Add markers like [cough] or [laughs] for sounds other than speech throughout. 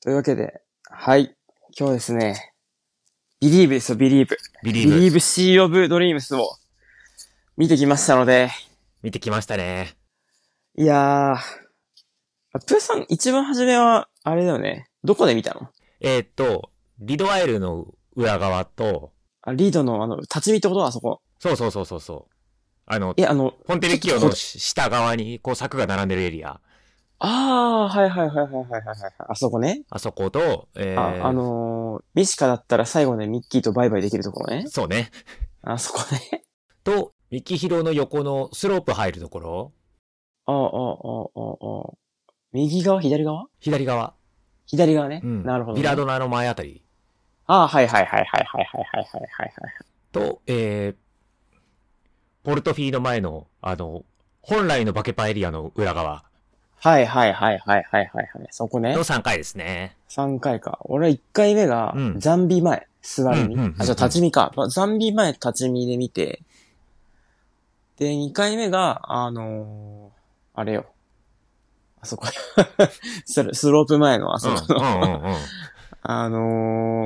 というわけで、はい。今日ですね、Believe ですよ、Believe。ビリーブ。 Believe Sea of Dreams を見てきましたので、見てきましたね。いやー、プーさん一番初めは、あれだよね。どこで見たのえーっと、リドワイルの裏側と、あ、リードのあの、立ち見ってことあそこ。そうそうそうそうそう。あのい、や、あの、フォンテレキちオょっのとし下側に、こう柵が並んでるエリア。あー、はいはいはいはいはいはいはい。あそこね。あそこと、えー、あ、あ、のー、ミシカだったら最後ね、ミッキーとバイバイできるところね。そうね。あそこね。 [laughs] と、ミキヒロの横のスロープ入るところ、ああ、ああ、ああ、ああ。右側、左側左側。左側ね。うん。なるほど、ビね。ラドナの前あたり。ああ、はいはいはいはいはいはいはいはいはい。と、えー、ポルトフィーの前の、あの、本来のバケパンエリアの裏側はいはいはいはいはいはいはい。そこねの。3回ですね。 3回か。俺は1回目がう、んザンビ前、座り見うんうんうんうんあ、じゃあ立ち見か。まあザンビ前立ち見で見て、で、2回目が、あのーあれよ。あそこ。 [laughs] スロスロープ前のあうそん、うこん、の [laughs] うん、うん。あの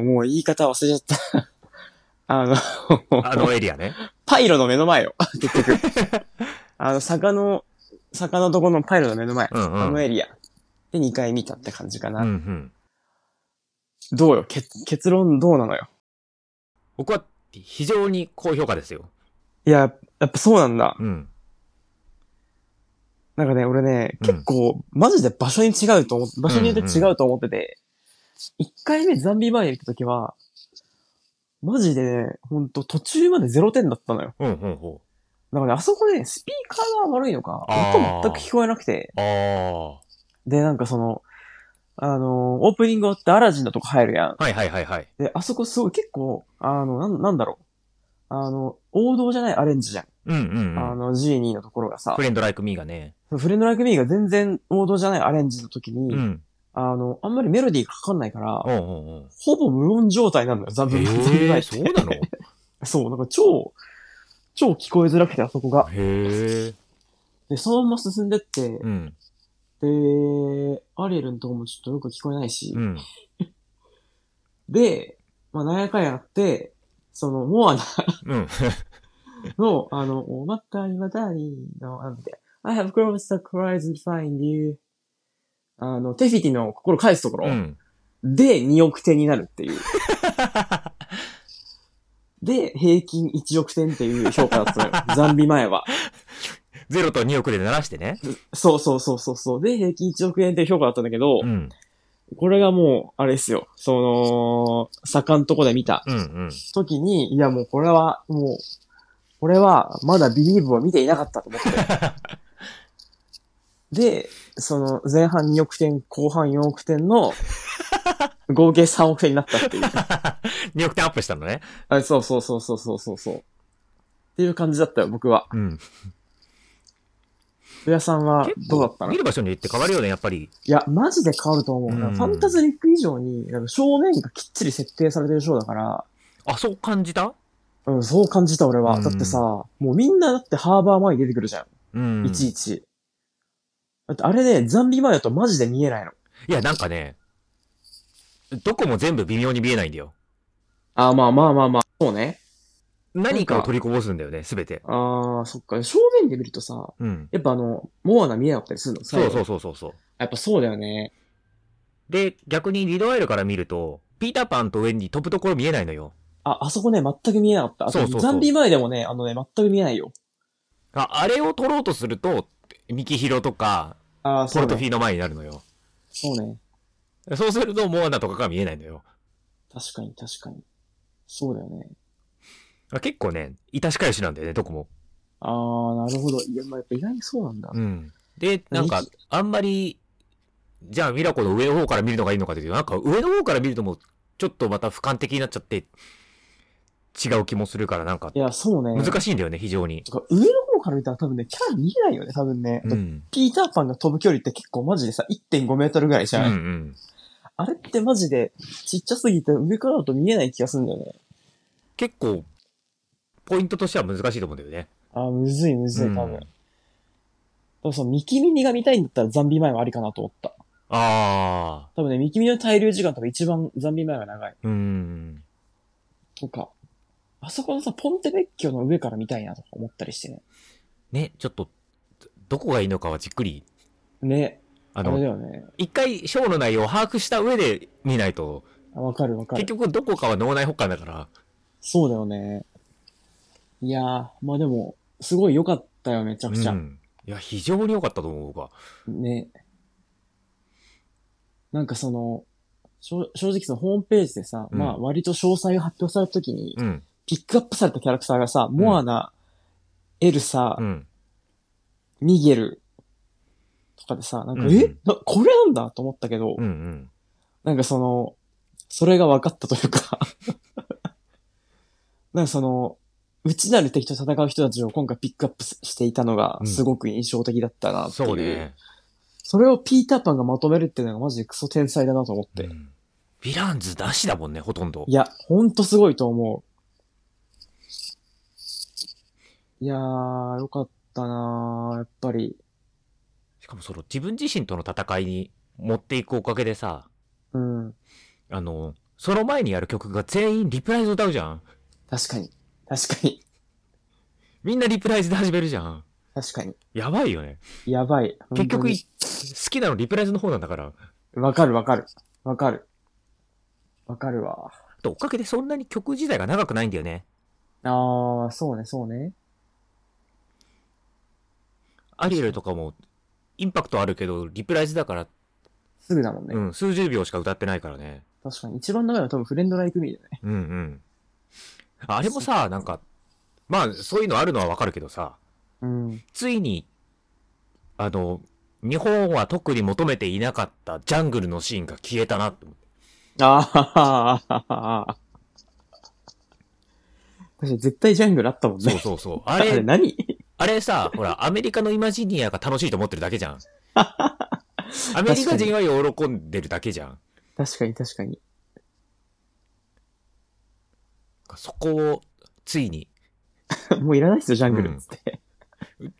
ーもう言い方忘れちゃった。 [laughs] あの、あのエリアね。パイロの目の前よ。結局。 [laughs] あの、坂の、坂のとこのパイロの目の前。うんうんあのエリア。で、2回見たって感じかうな。ん、うん。どうよ結、結論どうなのよ。僕は非常に高評価ですよ。いや、やっぱそうなんだ。うん。なんかね、俺ね、うん結構、マジで場所に違うと思って、場所によって違うと思ってて、一1回目ザンビ前に行った時は、マジでね、ほんと途中まで0点だったのよ。うん、うん、うだん。からね、あそこね、スピーカーが悪いのか、あ音ー全く聞こえなくて、あで、なんかその、あのーオープニング終わってアラジンのとこ入るやん。あ。はいはいはいはい。で、あそこすごい結構、あの、なんなんだろう。あの、王道じゃないアレンジじゃん。うんうんあうん。の、G2 のところがさフ、レンドライクミーがね。フレンドライクミーが全然王道じゃないアレンジの時に、うん。あの、あんまりメロディーがかかんないからう、んうんうん。ほぼ無音状態なんだよ、ザブンザブンへザえ、ブそうなのへそう、なんか超、超聞こえづらくて、あそこが。え。で、そのまま進んでって、うん。で、アリエルのとこもちょっとよく聞こえないし、うん。で、まあ、なんやかんやあって、その、モアナうん。の、あの、おまたりまたりの、なんて、I have crossed the cries and find you. あの、テフィティの心返すところ、うん。で2億点になるっていう。で、平均1億点っていう評価だったのよ。ザンビ前は。 [laughs] ゼロと2億で鳴らしてね。そうそうそうそうそう。で、平均1億円っていう評価だったんだけど、うん。これがもう、あれですよ。その、坂んとこで見たうんうん。時に、いやもうこれは、もう、これはまだビリーブを見ていなかったと思 [laughs] って。で、その前半2億点、後半4億点の合計3億点になった [laughs] っていう。 2億点アップしたのね。あそうそうそうそうそうそうそう。っていう感じだったよ、僕は。うん。上田さんはどうだったの見る場所によって変わるよね、やっぱり。いや、マジで変わると思う。うんファンタズミック以上に、なんか正面がきっちり設定されてるショーだから、あ、そう感じたうん、そう感じた俺は。うんだってさ、もうみんなだってハーバー前に出てくるじゃうん。ん。いちいち。だってあれね、ザンビ前だとマジで見えないの。いや、なんかね、どこも全部微妙に見えないんだよ。あーまあまあまあまあ。そうね。何かを取りこぼすんだよね、すべて。ああ、そっか。正面で見るとさ、うん。やっぱあの、モアナ見えなかったりするの。そうそううそうそうそう。やっぱそうだよね。で、逆にリドアイルから見ると、ピーターパンとウェンディ飛ぶところ見えないのよ。あ、あそこね、全く見えなかった。あとそうそうそうザンビ前でもね、あのね、全く見えないよ。ああれを取ろうとすると、ミキヒロとか、ああ、ポそルうトフィね。ーの前になるのよ。そうね。そうすると、モアナとかが見えないのよ。確かに、確かに。そうだよね。あ結構ね、いたしかよしなんだよね、どこも。ああ、なるほど。いや、まあ、やっぱ意外にそうなんだ。うん。で、なんかミ、あんまり、じゃあミラコの上の方から見るのがいいのかというと、なんか上の方から見るともう、ちょっとまた俯瞰的になっちゃって、違う気もするから、なんかい、や、そうね。難しいんだよね、非常に。とか、上の方から見たら多分ね、キャラ見えないよね、多分ね。うん。ピーターパンが飛ぶ距離って結構マジでさ、1.5メートルぐらいじうんゃ。うんん。あれってマジで、ちっちゃすぎて上からだと見えない気がするんだよね。結構、ポイントとしては難しいと思うんだよね。ああ、むずいむずい、多分。うんだからその、ミキミニが見たいんだったらザンビ前はありかなと思った。ああ。多分ね、右耳の滞留時間とか一番ザンビ前が長い。うん。とか、あそこのさ、ポンテベッキョの上から見たいなとか思ったりしてね。ね、ちょっと、どこがいいのかはじっくり、ね。ああれだの、よね。一回ショーの内容を把握した上で見ないと、あわかるわか結る。局どこかは脳内補完だから、そうだよね。いやー、まあでも、すごい良かったよ、めちゃくちゃ。うん。いや、非常に良かったと思う、僕は。ね。なんかその、しょ正直そのホームページでさ、うんまあ割と詳細が発表された時に、うん。ピックアップされたキャラクターがさ、モアナ、エルサう、ん。ミゲルとかでさ、なんか、うんえなこれなんだと思ったけど、うんうん。なんかその、それが分かったというか、 [laughs] なんかその、内なる敵と戦う人たちを今回ピックアップしていたのがうんすごく印象的だったなっていう。そうね。それをピーターパンがまとめるっていうのがマジでクソ天才だなと思って。うんヴィランズなしだもんね、ほとんどい。や、ほんとすごいと思う。いやー、よかったなーやっぱり。しかもその自分自身との戦いに持っていくおかげでさ、うん。あの、その前にやる曲が全員リプライズ歌うじゃん。確かに。確かに。みんなリプライズで始めるじゃん。確かに。やばいよね。やばい。結局、本い好きなのリプライズの方なんだから。当にわかるわかる。わかる。わかるわ。あとおかげでそんなに曲自体が長くないんだよね。あー、そうね、そうね。アリエルとかも、インパクトあるけど、リプライズだから、すぐだもんね。うん、数十秒しか歌ってないからね。確かに。一番長いのは多分フレンドライクミーだよね。うんうん。あれもさ、なんか、まあ、そういうのあるのはわかるけどさ、うん。ついに、あの、日本は特に求めていなかったジャングルのシーンが消えたなって思って。あー、あ確かに絶対ジャングルあったもんね。そうそう [laughs] そう。ああれれ、何 [laughs] あれさ、ほら、アメリカのイマジニアが楽しいと思ってるだけじゃ [laughs] ん。アメリカ人は喜んでるだけじゃん。確かに確かに。 [laughs] そこを、ついに。もういらないっすよ、ジャングル [laughs] っつって。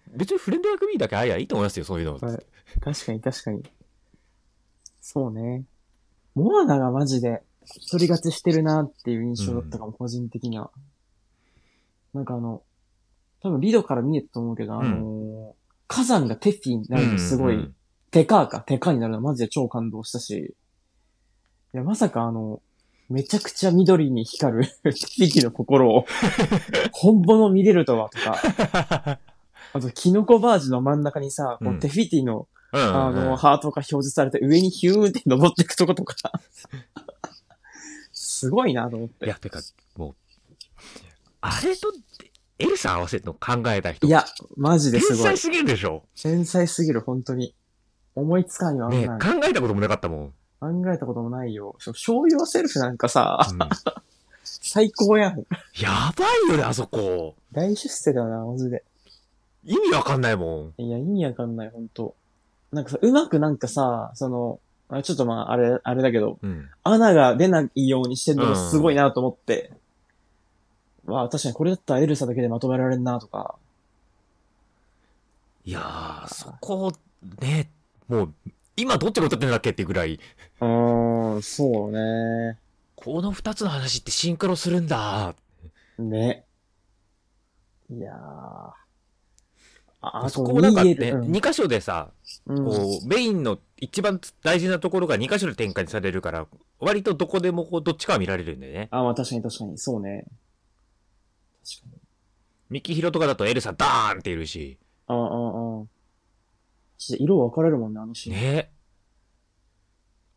別にフレンド役ミーだけありゃいいと思いますよ、そういうの。はい確かに確かに。そうね。モアナがマジで一人勝ちしてるなっていう印象だったかも、個人的には。なんかあの、多分リドから見えたと思うけど、あのー火山がテフィになるのすごい、うんうんテカーか、テカーになるのマジで超感動したし、いや、まさかあの、めちゃくちゃ緑に光る [laughs] テフィの心を、本物見れるとは、とか。あと、キノコバージの真ん中にさ、こううんテフィティの [laughs] うんうんうんあの、ハートが表示されて上にヒューンって登っていくとことか。すごいなと思っいて。や、てか、もう、あれと、エルサ合わせるの考えた人。いや、マジで天すごい才。すぎるでしょ。天才すぎる、本当に。思いつかんよ、あんねえなの考えたこともなかったもん。うん考えたこともないよ。そう商用セルフなんかさ、最高やん。やばいよね、あそこ。大出世だよな、マジで。意味わかんないもん。いや、意味わかんない、本当なんかさ、うまくなんかさ、その、あちょっとまあ、あれ、あれだけど、うん。穴が出ないようにしてるのがすごいなと思って。まあ確かにこれだったらエルサだけでまとめられるなとか。いやー、そこ、ね、もう、今どっちが歌ってんだっけってぐらい、うーん、そうね。この二つの話ってシンクロするんだ。ね。いやー。あそこもなんかね、逃げるうん二箇所でさ、うん、こう、メインの一番大事なところが二箇所で展開されるから、割とどこでもこう、どっちかは見られるんだよね。あ、まあ確かに確かに、そうね。確かに。ミキヒロとかだとエルサダーンっているし。ああ、ああ。ちょっと色分かれるもんね、あのシーン。ね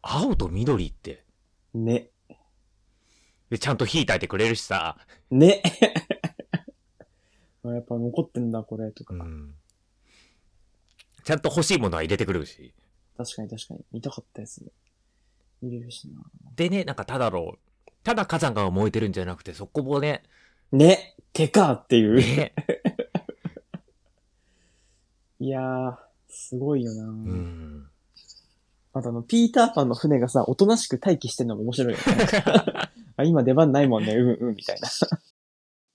青と緑って。ね。で、ちゃんと火焚いてくれるしさ。ね。 [laughs] あやっぱ残ってんだ、これ、とか。うん。ちゃんと欲しいものは入れてくるし。確かに確かに。見たかったやつね。見れるしな。でね、なんかただろう。ただ火山が燃えてるんじゃなくて、そこもね、ね。てかっていう。ね。いやー、すごいよなうん。あとあの、ピーターパンの船がさ、おとなしく待機してんのも面白 [laughs] いよね。あ今出番ないもんね、うんうん、みたいな。 [laughs]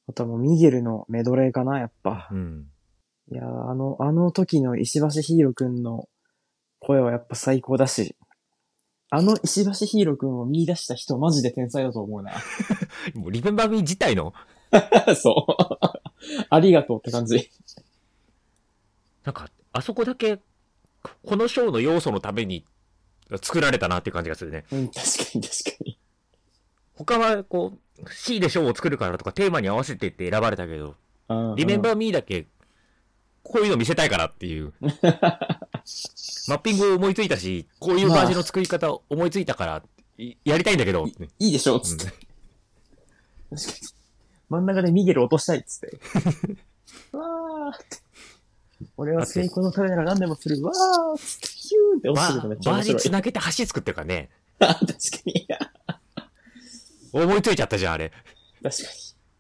あとはもうミゲルのメドレーかな、やっぱ。うん。いやーあの、あの時の石橋ヒーローくんの声はやっぱ最高だし、あの石橋ヒーロー君を見出した人マジで天才だと思う [laughs] な。もうリメンバーミー自体の、そう。 [laughs] ありがとうって感じ。なんか、あそこだけ、このショーの要素のために作られたなっていう感じがするね。うん、確かに確かに。他は、こう、C でショーを作るからとかテーマに合わせてって選ばれたけど、うんリメンバーミーだけ、こういうの見せたいからっ [laughs] ていう。マッピングを思いついたし、こういうバージョンの作り方を思いついたから、いやりたいんだけど、っていいでしょつって。確かに。真ん中でミゲル落としたいっつって。 [laughs] わーって。俺は成功のためなら何でもする。わーっつって、ヒューンってバ落ちてるのめっーちゃバー面ジ白い。繋げて橋作ってるからね。あ [laughs] 確かに。思いついちゃったじゃん、あれ。確かに。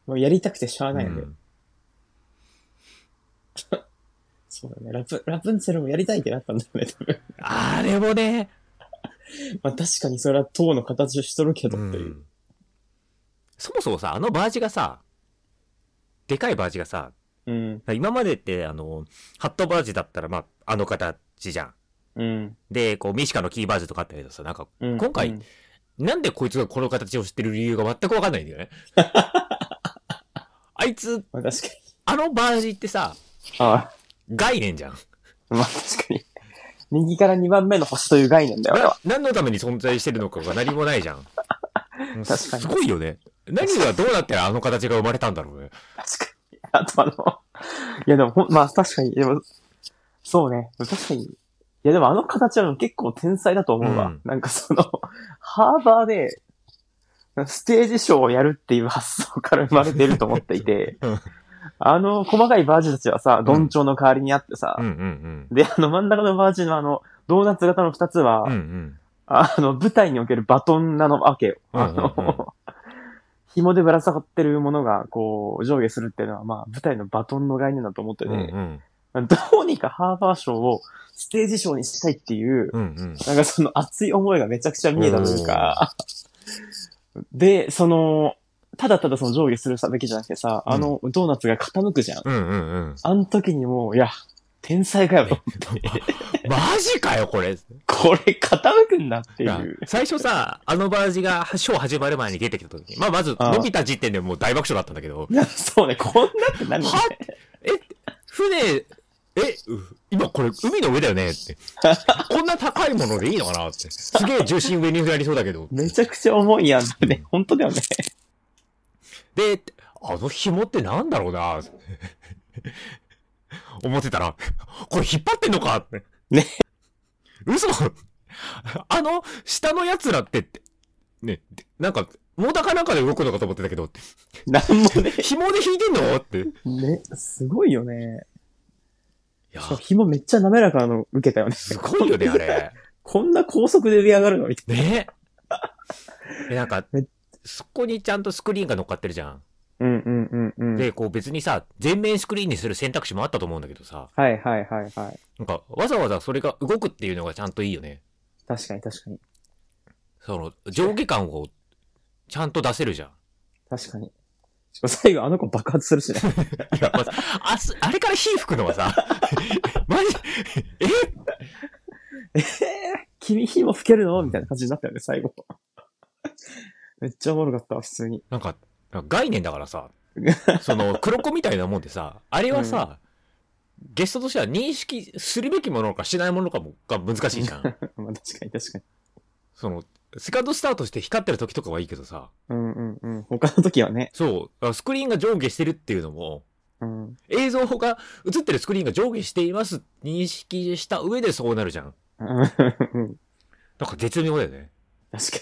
もうやりたくてしゃあないんだよ。うんそうだね。ラプラプンツェルもやりたいってなったんだよね、多分。 [laughs] あれもね、まあ確かにそれは塔の形をしとるけどっていうう。んそもそもさ、あのバージがさ、でかいバージがさ、うん。今までって、あの、ハットバージだったら、まあ、あの形じゃん。うん。で、こう、ミシカのキーバージとかあったけどさ、なんか、うん。今回うんなんでこいつがこの形を知ってる理由が全くわかんないんだ [laughs] よね。あいつ、まあ確かに。あのバージってさ、あ概念じゃあ。ん。まあ確かに。右から2番目の星という概念だよ、俺は。何のために存在してるのかが何もないじゃん。 [laughs] 確かにすごいよね。何がどうなったらあの形が生まれたんだろうね。確かに。あとあの、いやでもほん、まあ確かに、でも、そうね。確かに。いやでもあの形は結構天才だと思うわ。うんなんかその、ハーバーで、ステージショーをやるっていう発想から生まれてると思っていてうん、あの細かいバージたちはさ、どんちょうの代わりにあってさ、うんうんで、あの真ん中のバージのあの、ドーナツ型の二つは、うん。うんうん。あの、舞台におけるバトンなのわけよ。うんうんあうんの、 [laughs] 紐でぶら下がってるものが、こう、上下するっていうのは、まあ、舞台のバトンの概念だと思ってて、うんうん。どうにかハーバーショーをステージショーにしたいっていう、うんうん。なんかその熱い思いがめちゃくちゃ見えたというか、で、その、ただただその上下するだけじゃなくてさ、うんあの、ドーナツが傾くじゃん。うんうん [laughs] うん。あの時にもう、いや、天才かよと思って。マジかよ、これ。これ傾くんだっていう。最初さ、あのバージがショー始まる前に出てきた時に、まあまずああ伸びた時点でもう大爆笑だったんだ [laughs] けど、いや、そうね、こんなってなるね。はえ、船、え、う今これ海の上だよ [laughs] ねって。こんな高いものでいいのかなって。すげえ重心上に振られそうだけど。めちゃくちゃ重いやんね。本当だよね。 [laughs] で、あの紐ってなんだろうな [laughs] って思ってたら、これ引っ張ってんのかって。ね。嘘あの、下の奴らって、ね、なんか、モーターかなんかで動くのかと思ってたけど、なんもね。紐で引いてんのって。いね、すごいよね。や、そう紐めっちゃ滑らかなの受けたよね。すごいよね、[laughs] あれ。こんな高速で出上がるのみたいね。で、なんかめ、そこにちゃんとスクリーンが乗っかってるじゃん。な。うんうんうんうん。で、こう別にさ、全面スクリーンにする選択肢もあったと思うんだけどさ、はいはいはいはい。なんか、わざわざそれが動くっていうのがちゃんといいよね。確かに確かに。その、上下感をちゃんと出せるじゃん。確かに。しかも最後あの子爆発するしね。 [laughs] いや、まずあす、あれから火吹くのはさ、 [laughs] マジ、え君紐吹けるのみたいな感じになったよね、最後。 [laughs] めっちゃおもろかったわ、普通に。なんか、概念だからさ、その、黒子みたいなもんでさ、あれはさ、ゲストとしては認識するべきものかしないものかもが難しいじゃ [laughs] ん。まあ確かに確かに。その、セカンドスタートして光ってる時とかはいいけどさ、うんうんうん。他の時はね。そう、スクリーンが上下してるっていうのも、うん。映像が映ってるスクリーンが上下しています認識した上でそうなるじゃん。うんうんうんなんか絶妙だよね。確か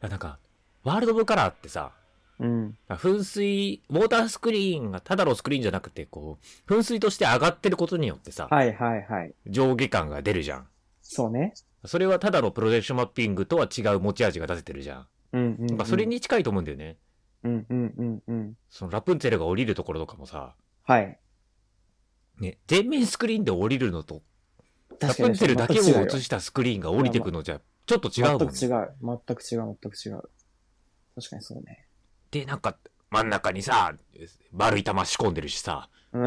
あなんか、ワールド・オブ・カラーってさ、に。うん。噴水、ウォータースクリーンがただのスクリーンじゃなくて、こう、噴水として上がってることによってさ、はいはいはい。上下感が出るじゃん。そうね。それはただのプロジェクションマッピングとは違う持ち味が出せてるじゃん。うんうん、うなんん。かそれに近いと思うんだよね。うんうんうんうん。そのラプンツェルが降りるところとかもさ、はい。ね、全面スクリーンで降りるのと、ラ確プかンにツェルだけを全く違うよ映したスクリーンが降りてくのじゃ、ちょっと違うもんね全。く違う。全く違う。全く違う。確かにそうね。で、なんか、真ん中にさ、丸い玉仕込んでるしさ、うん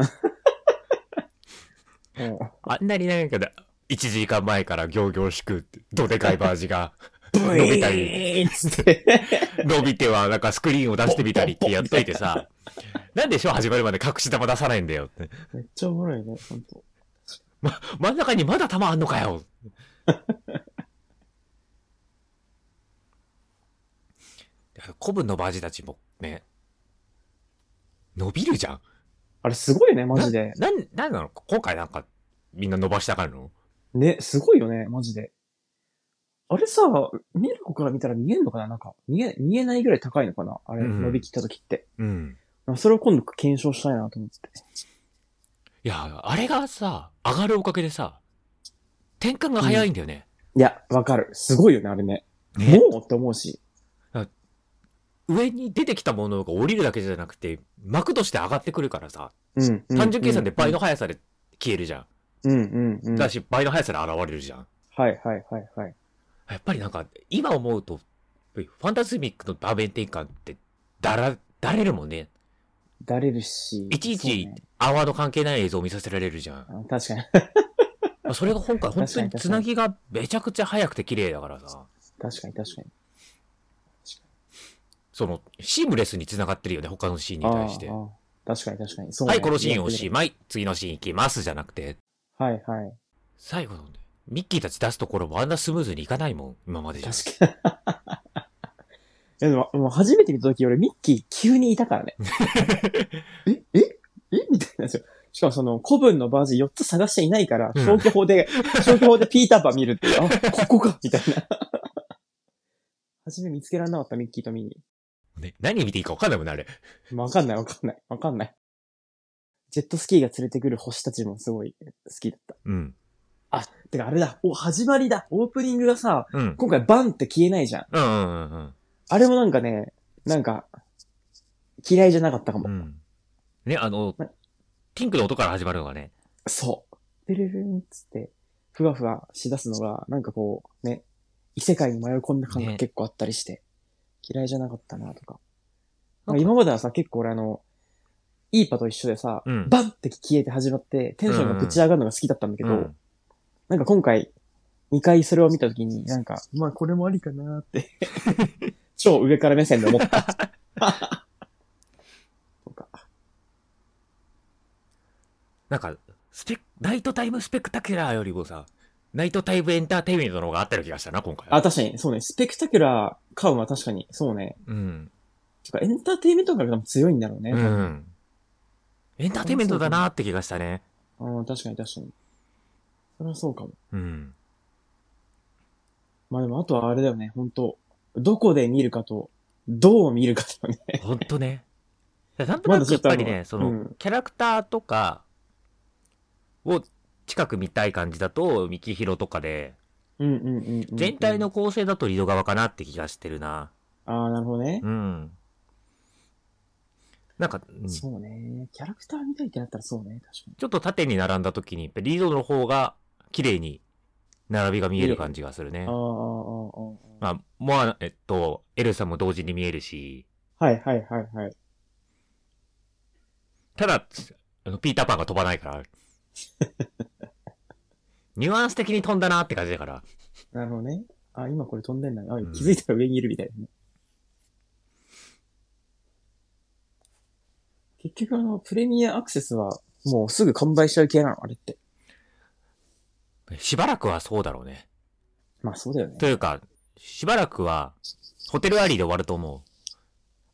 あんなになんかだ、 1時間前から行々しく、どでかいバージがブ伸びたイーンつって。 [laughs] 伸びては、なんかスクリーンを出してみたりってやっといてさ、なんでしょ始まるまで隠し玉出さないんだよって。めっちゃおもろいね、ほんと。ま、真ん中にまだ玉あんのかよ古文のバージたちもね、伸びるじゃん。あれすごいね、マジで。な、なんなんなの今回なんかみんな伸ばしたがるのね、すごいよね、マジで。あれさ、ミルコから見たら見えんのかななんか、見え、見えないぐらい高いのかなあれ、うんうん伸びきった時って。うん。なんかそれを今度検証したいなと思ってて。いや、あれがさ、上がるおかげでさ、転換が早いんだよね。いや、わかる。すごいよね、あれね。ねもうって思うし。上に出てきたものが降りるだけじゃなくて、幕として上がってくるからさ、うん。うん単純計算で倍の。速さで消えるじゃん。うん、うん、うん。はだい、し、倍の速さで現れるじゃん。はい、はい、はい。やっぱりなんか、今思うと、ファンタズミックの場面転換って、だら、だれるもんね。だれるし。いちいちそうね泡の関係ない映像を見させられるじゃん。あ確かに。 [laughs] まあそれが今回、本当につなぎがめちゃくちゃ早くて綺麗だからさ、確かに、確かに。その、シームレスに繋がってるよね、他のシーンに対して。あーあー確かに、確かに。そうねはい、このシーンおしやってまい、次のシーン行きますじゃなくて、みればはい、はい。最後のね、ミッキーたち出すところもあんなスムーズにいかないもん、今までじゃ。確かに。い [laughs] やでも、もう初めて見た時俺ミッキー急にいた [laughs] からね。えええみたいなんですよ。しかもその古文のバージ4つ探していないから、うん消去法 [laughs] で、消去法でピーターパン見るっていう、あ、ここかみたいな。 [laughs] 初め見つけられなかったミッキーとミニね、何見ていいか分かんないもんね、あれ。ー。わかんないわかんないわかんない。ジェットスキーが連れてくる星たちもすごい好きだった。うん。あ、てかあれだ、お、始まりだ。オープニングがさ、うん。今回バンって消えないじゃん。うんうんうんあれもなんかね、なんか、嫌いじゃなかったかも。うん。うん。ね、あのな、ティンクの音から始まるのがね、そう。でるるんっつって、ふわふわしだすのが、なんかこう、ね、異世界に迷い込んだ感がね結構あったりして、嫌いじゃなかったなとか。まなんかあ今まではさ、結構俺あの、イーパと一緒でさ、うんバンって消えて始まって、テンションがぶち上がるのが好きだったんだけど、うんなんか今回、2回それを見たときに、なんか、まあこれもありかなーって、 [laughs] 超上から目線で思 [laughs] った。とか。なんか、スペナイトタイムスペクタキュラーよりもさ、ナイトタイムエンターテイメントの方があったような気がしたな、今回。あ、確かに、そうね。スペクタキュラー感は確かに、そうね。うん。てか、エンターテイメント感が多分強いんだろうね。うん。エンターテイメントだなーって気がしたね。うん、確かに確かに。それはそうかも。うん。まあでも、あとはあれだよね、本当どこで見るかと、どう見るかとね。 [laughs] ほんとね。なんとまなだくちょやっっとあぱのりね、その、うんキャラクターとかを近く見たい感じだと、ミキヒロとかで、うんうんうんうん、うん。全体の。構成だとリド側かなって気がしてるな。ああ、なるほどね。うん。なんか、うんそうね。キャラクター見たいってなったらそうね、確かに。ちょっと縦に並んだ時に、リードの方が綺麗に並びが見える感じがするねああ、あ。あ、ああ、あまあ、モア、えっと、エルサも同時に見えるし、あ。はいはいはいはい。ただ、あのピーターパンが飛ばな [laughs] いから。ニュアンス的に飛んだなって感じだから。なるほどね。あ、今これ飛んでんだな。あうん気づいたら上にいるみたいなね。結局あの、プレミアアクセスは、もうすぐ完売しちゃう系なの、あれって。しばらくはそうだろうね。まあそうだよねと。いうか、しばらくは、ホテルアリーで終わると思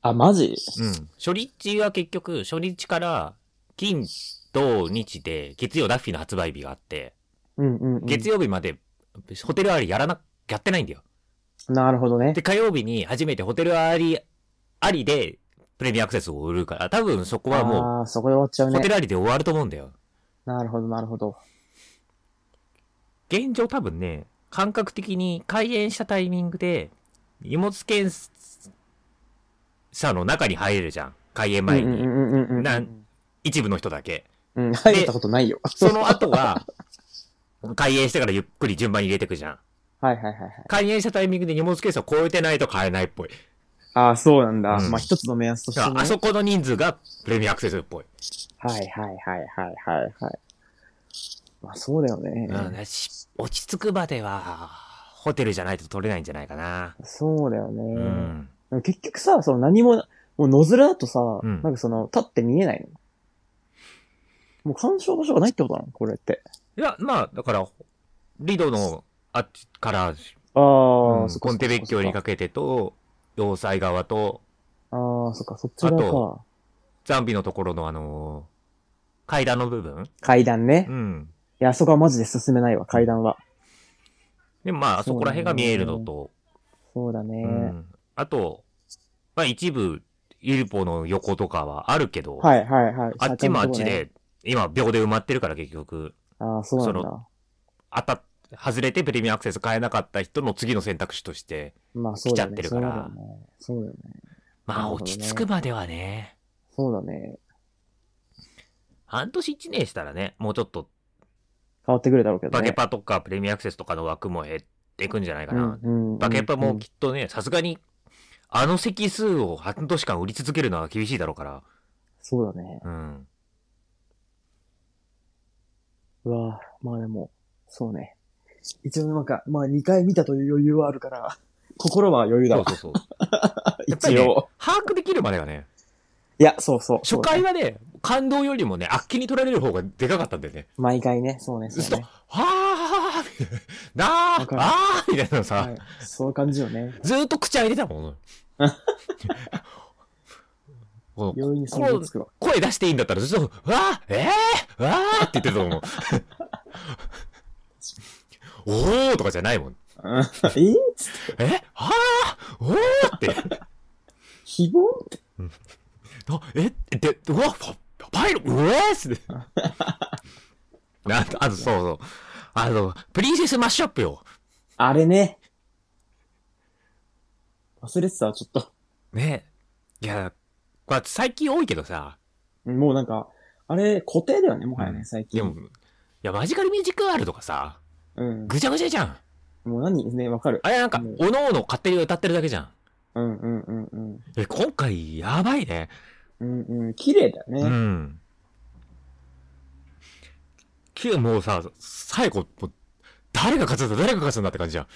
あ、マジう。うん。初日は結局、初日から、金、土、日で、月曜ダッフィーの発売日があって、うんうん、うん。月曜日まで、ホテルアリーやらな、やってないんだよ。なるほどねで、。火曜日に初めてホテルアリー、ありで、プレミアアクセスを売るから、多分そこはもああー、そこで終わっちゃう、うホねテ。ルアリーで終わると思うんだよ。なるほど、なるほど。現状多分ね、感覚的に開園したタイミングで、荷物検査の中に入れるじゃん。開園前うんうに。んうんうんうん。なん一部の人だけ。うん、入ったことないよ。その後は、開園してからゆっくり順番に入れてくじゃん。はいはいはいはい。開園したタイミングで荷物検査を超えてないと買えないっぽい。ああ、そうなんだ。うんまあ一つの目安としてだかね。らあそこの人数がプレミアアクセスっぽい。はいはいはいはいはいはい。まあそうだよね。うん、だし落ち着くまでは、ホテルじゃないと取れないんじゃないかな。そうだようね。ん。なんか結局さ、その何も、もう野面だとさ、うんなんかその、立って見えないの。もう干渉場所がないってことなのこれって。いや、まあ、だから、リドのあっちかあら、あ、うんそっかコンテベッキョにそっかけてと、要塞側と、ああ、そっか、そっち側あか。ザンビのところのあのー階段の部分階段ね。ういん。や、あそこはマジで進めないわ、階段は。でもまあ、あそこら辺が見えるのと、そうだね。うんあと、まあ一部、ユリポの横とかはあるけど、はいはいはい。あっちもあっち坂のとこね。で、今秒で埋まってるから結局、ああ、そうなんそだ。当たっ、外れてプレミアアクセス買えなかった人の次の選択肢として、まあそうだ来ちゃってね。るそかうだらよね。そうだよね。まなあるほど落ねち着くまではね、そうだね。半年一年したらね、もうちょっと変わってくるだろうけどバね。ケパとかプレミアアクセスとかの枠も減っていくんじゃないかうな。んうんうんバケパもきっとね、さすがに、あの席数を半年間売り続けるのは厳しいだろうから、そうだね。うん。うわぁ、まあでも、そうね。一応なんか、まあ2回見たという余裕はあるから、心は余裕だそうわ [laughs] そ。うそう。やっぱ一りね応。把握できるまではね、いや、そうそう。初そう回ねはね、感動よりもね、あっけに取られる方がでかかったんだよね。毎回ね、そうね、ずっそと、うはね。あなあわかるあーみたいなのさ、はい、そういう感じよね。ずーっと口開いてた [laughs] もん。こう容易に想像つくわ。声出していいんだったらずっと、わあえー、わあって言ってたと [laughs] 思う。おーとかじゃないもん。うん [laughs] えっつって、えはあおーって。 [laughs] 希望って。あえで、うわパパイロうえーっすね。 [laughs] あと、あとそうそう。あの、プリンセスマッシュアップよ。あれね。忘れてたわ、ちょっと。ねいや、これ最近多いけどさ、もうなんか、あれ、固定だよね、もはやうんね、最近。でも、いや、マジカルミュージックワールドがさ、うん。ぐちゃぐちゃじゃん。もう何ね、わかる。あれなんかう、んおのおの勝手に歌ってるだけじゃん。うんうんうんうん。え、今回、やばいね。うんうん。綺麗だよね。うん。きもうさ、最後、もう誰が勝つんだ、誰が勝つんだって感じじゃん。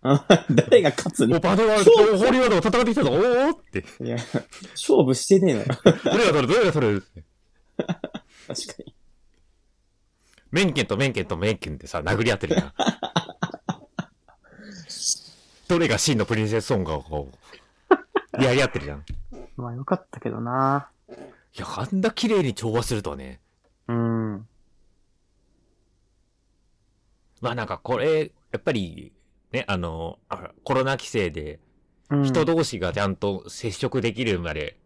[laughs] 誰が勝つ [laughs] ものうバドワールそうド、ホーリーワールドが戦ってきたぞ、おーって。いや、勝負して [laughs] ねえのよ。どれが取る、どれが取るって。確かに。メンケンとメンケンとメンケンってさ、殴り合ってるじゃ [laughs] ん。どれが真のプリンセスソングをこう、やり合ってるじゃん。いまあよかったけどな。や、あんな綺麗に調和するとはね。うん。まあなんかこれ、やっぱり、ね、あの、あコロナ規制で、人と。同士がちゃんと接触できるまで、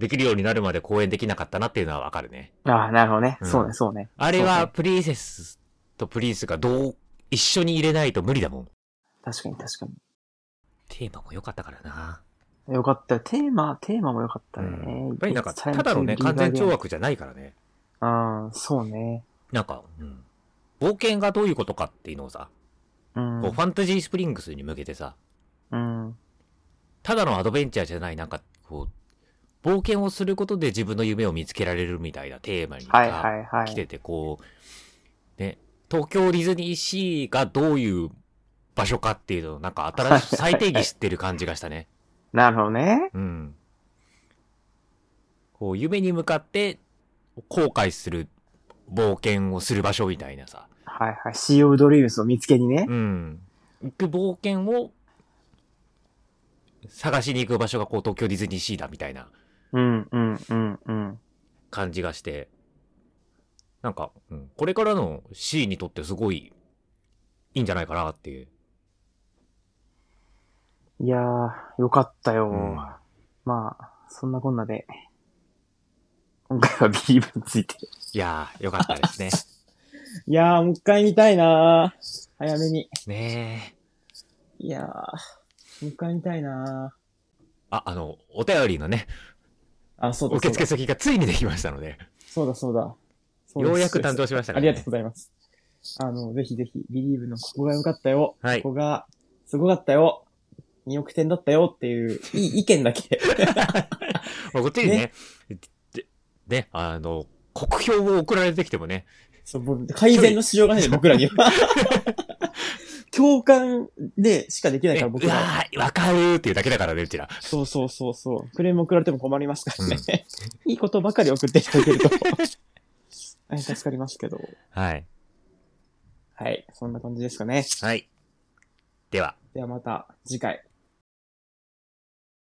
できるようになるまで公演できなかったなっていうのはわかるね。ああ、なるほどね。うんそうね、そうね。あれそはうねプリンセスとプリンスがどう、一緒に入れないと無理だもん。確かに確かテーマも良かったからな。に。よかった。テーマ、テーマもよかったね。うんやっぱりなんか、 It's time ただの to ね、 be 完全懲 guardian 悪じゃないからね。うん、そうね。なんか、うん。冒険がどういうことかっていうのをさ、うん。こうファンタジースプリングスに向けてさ、うん。ただのアドベンチャーじゃない、なんか、こう、冒険をすることで自分の夢を見つけられるみたいなテーマにはいはいは来い。てて、こう、ね、東京ディズニーシーがどういう場所かっていうのを、なんか新しい、はい再定義してる感じがしたね。なるほどね。うん。こう、夢に向かって、後悔する冒険をする場所みたいなさ。はいはい。シー・オブ・ドリームスを見つけにね。うん。行く冒険を、探しに行く場所がこう東京ディズニーシーだみたいなうん、うん、うん、うん。感じがして、なんか、うん、これからの C にとってすごいいいんじゃないかなっていう。いやー、よかったよ、うんまあ、そんなこんなで、今回はビリーブについて。いやー、よかった [laughs] ですね。いやー、もう一回見たいなー。早めに。ねえ。いやー、もう一回見たいなあ、あの、お便りのね、ー。あ、そうだ、受そうだ付。先がついにできましたので、そうだ、そうだ。そうですようやく誕生しましたあから、ね。りがとうございます。あの、ぜひぜひ、ビリーブのここが良かったよ。はいここが、すごかったよ。2億点だったよっていう、いい意見だ [laughs] け。まあこっちにね、でね、あの、国評を送られてきてもね、そう、僕、改善のしようがないんで、僕らに [laughs] は。共感でしかできないねから、僕うらは。わー、わかるっていうだけだからね、うちら。そうそうそうそう。クレーム送られても困りますからね。 [laughs] いいことばかり送っていただけると。 [laughs] はい助かりますけど。はい。はい。そんな感じですかね。はい。では。ではまた次回。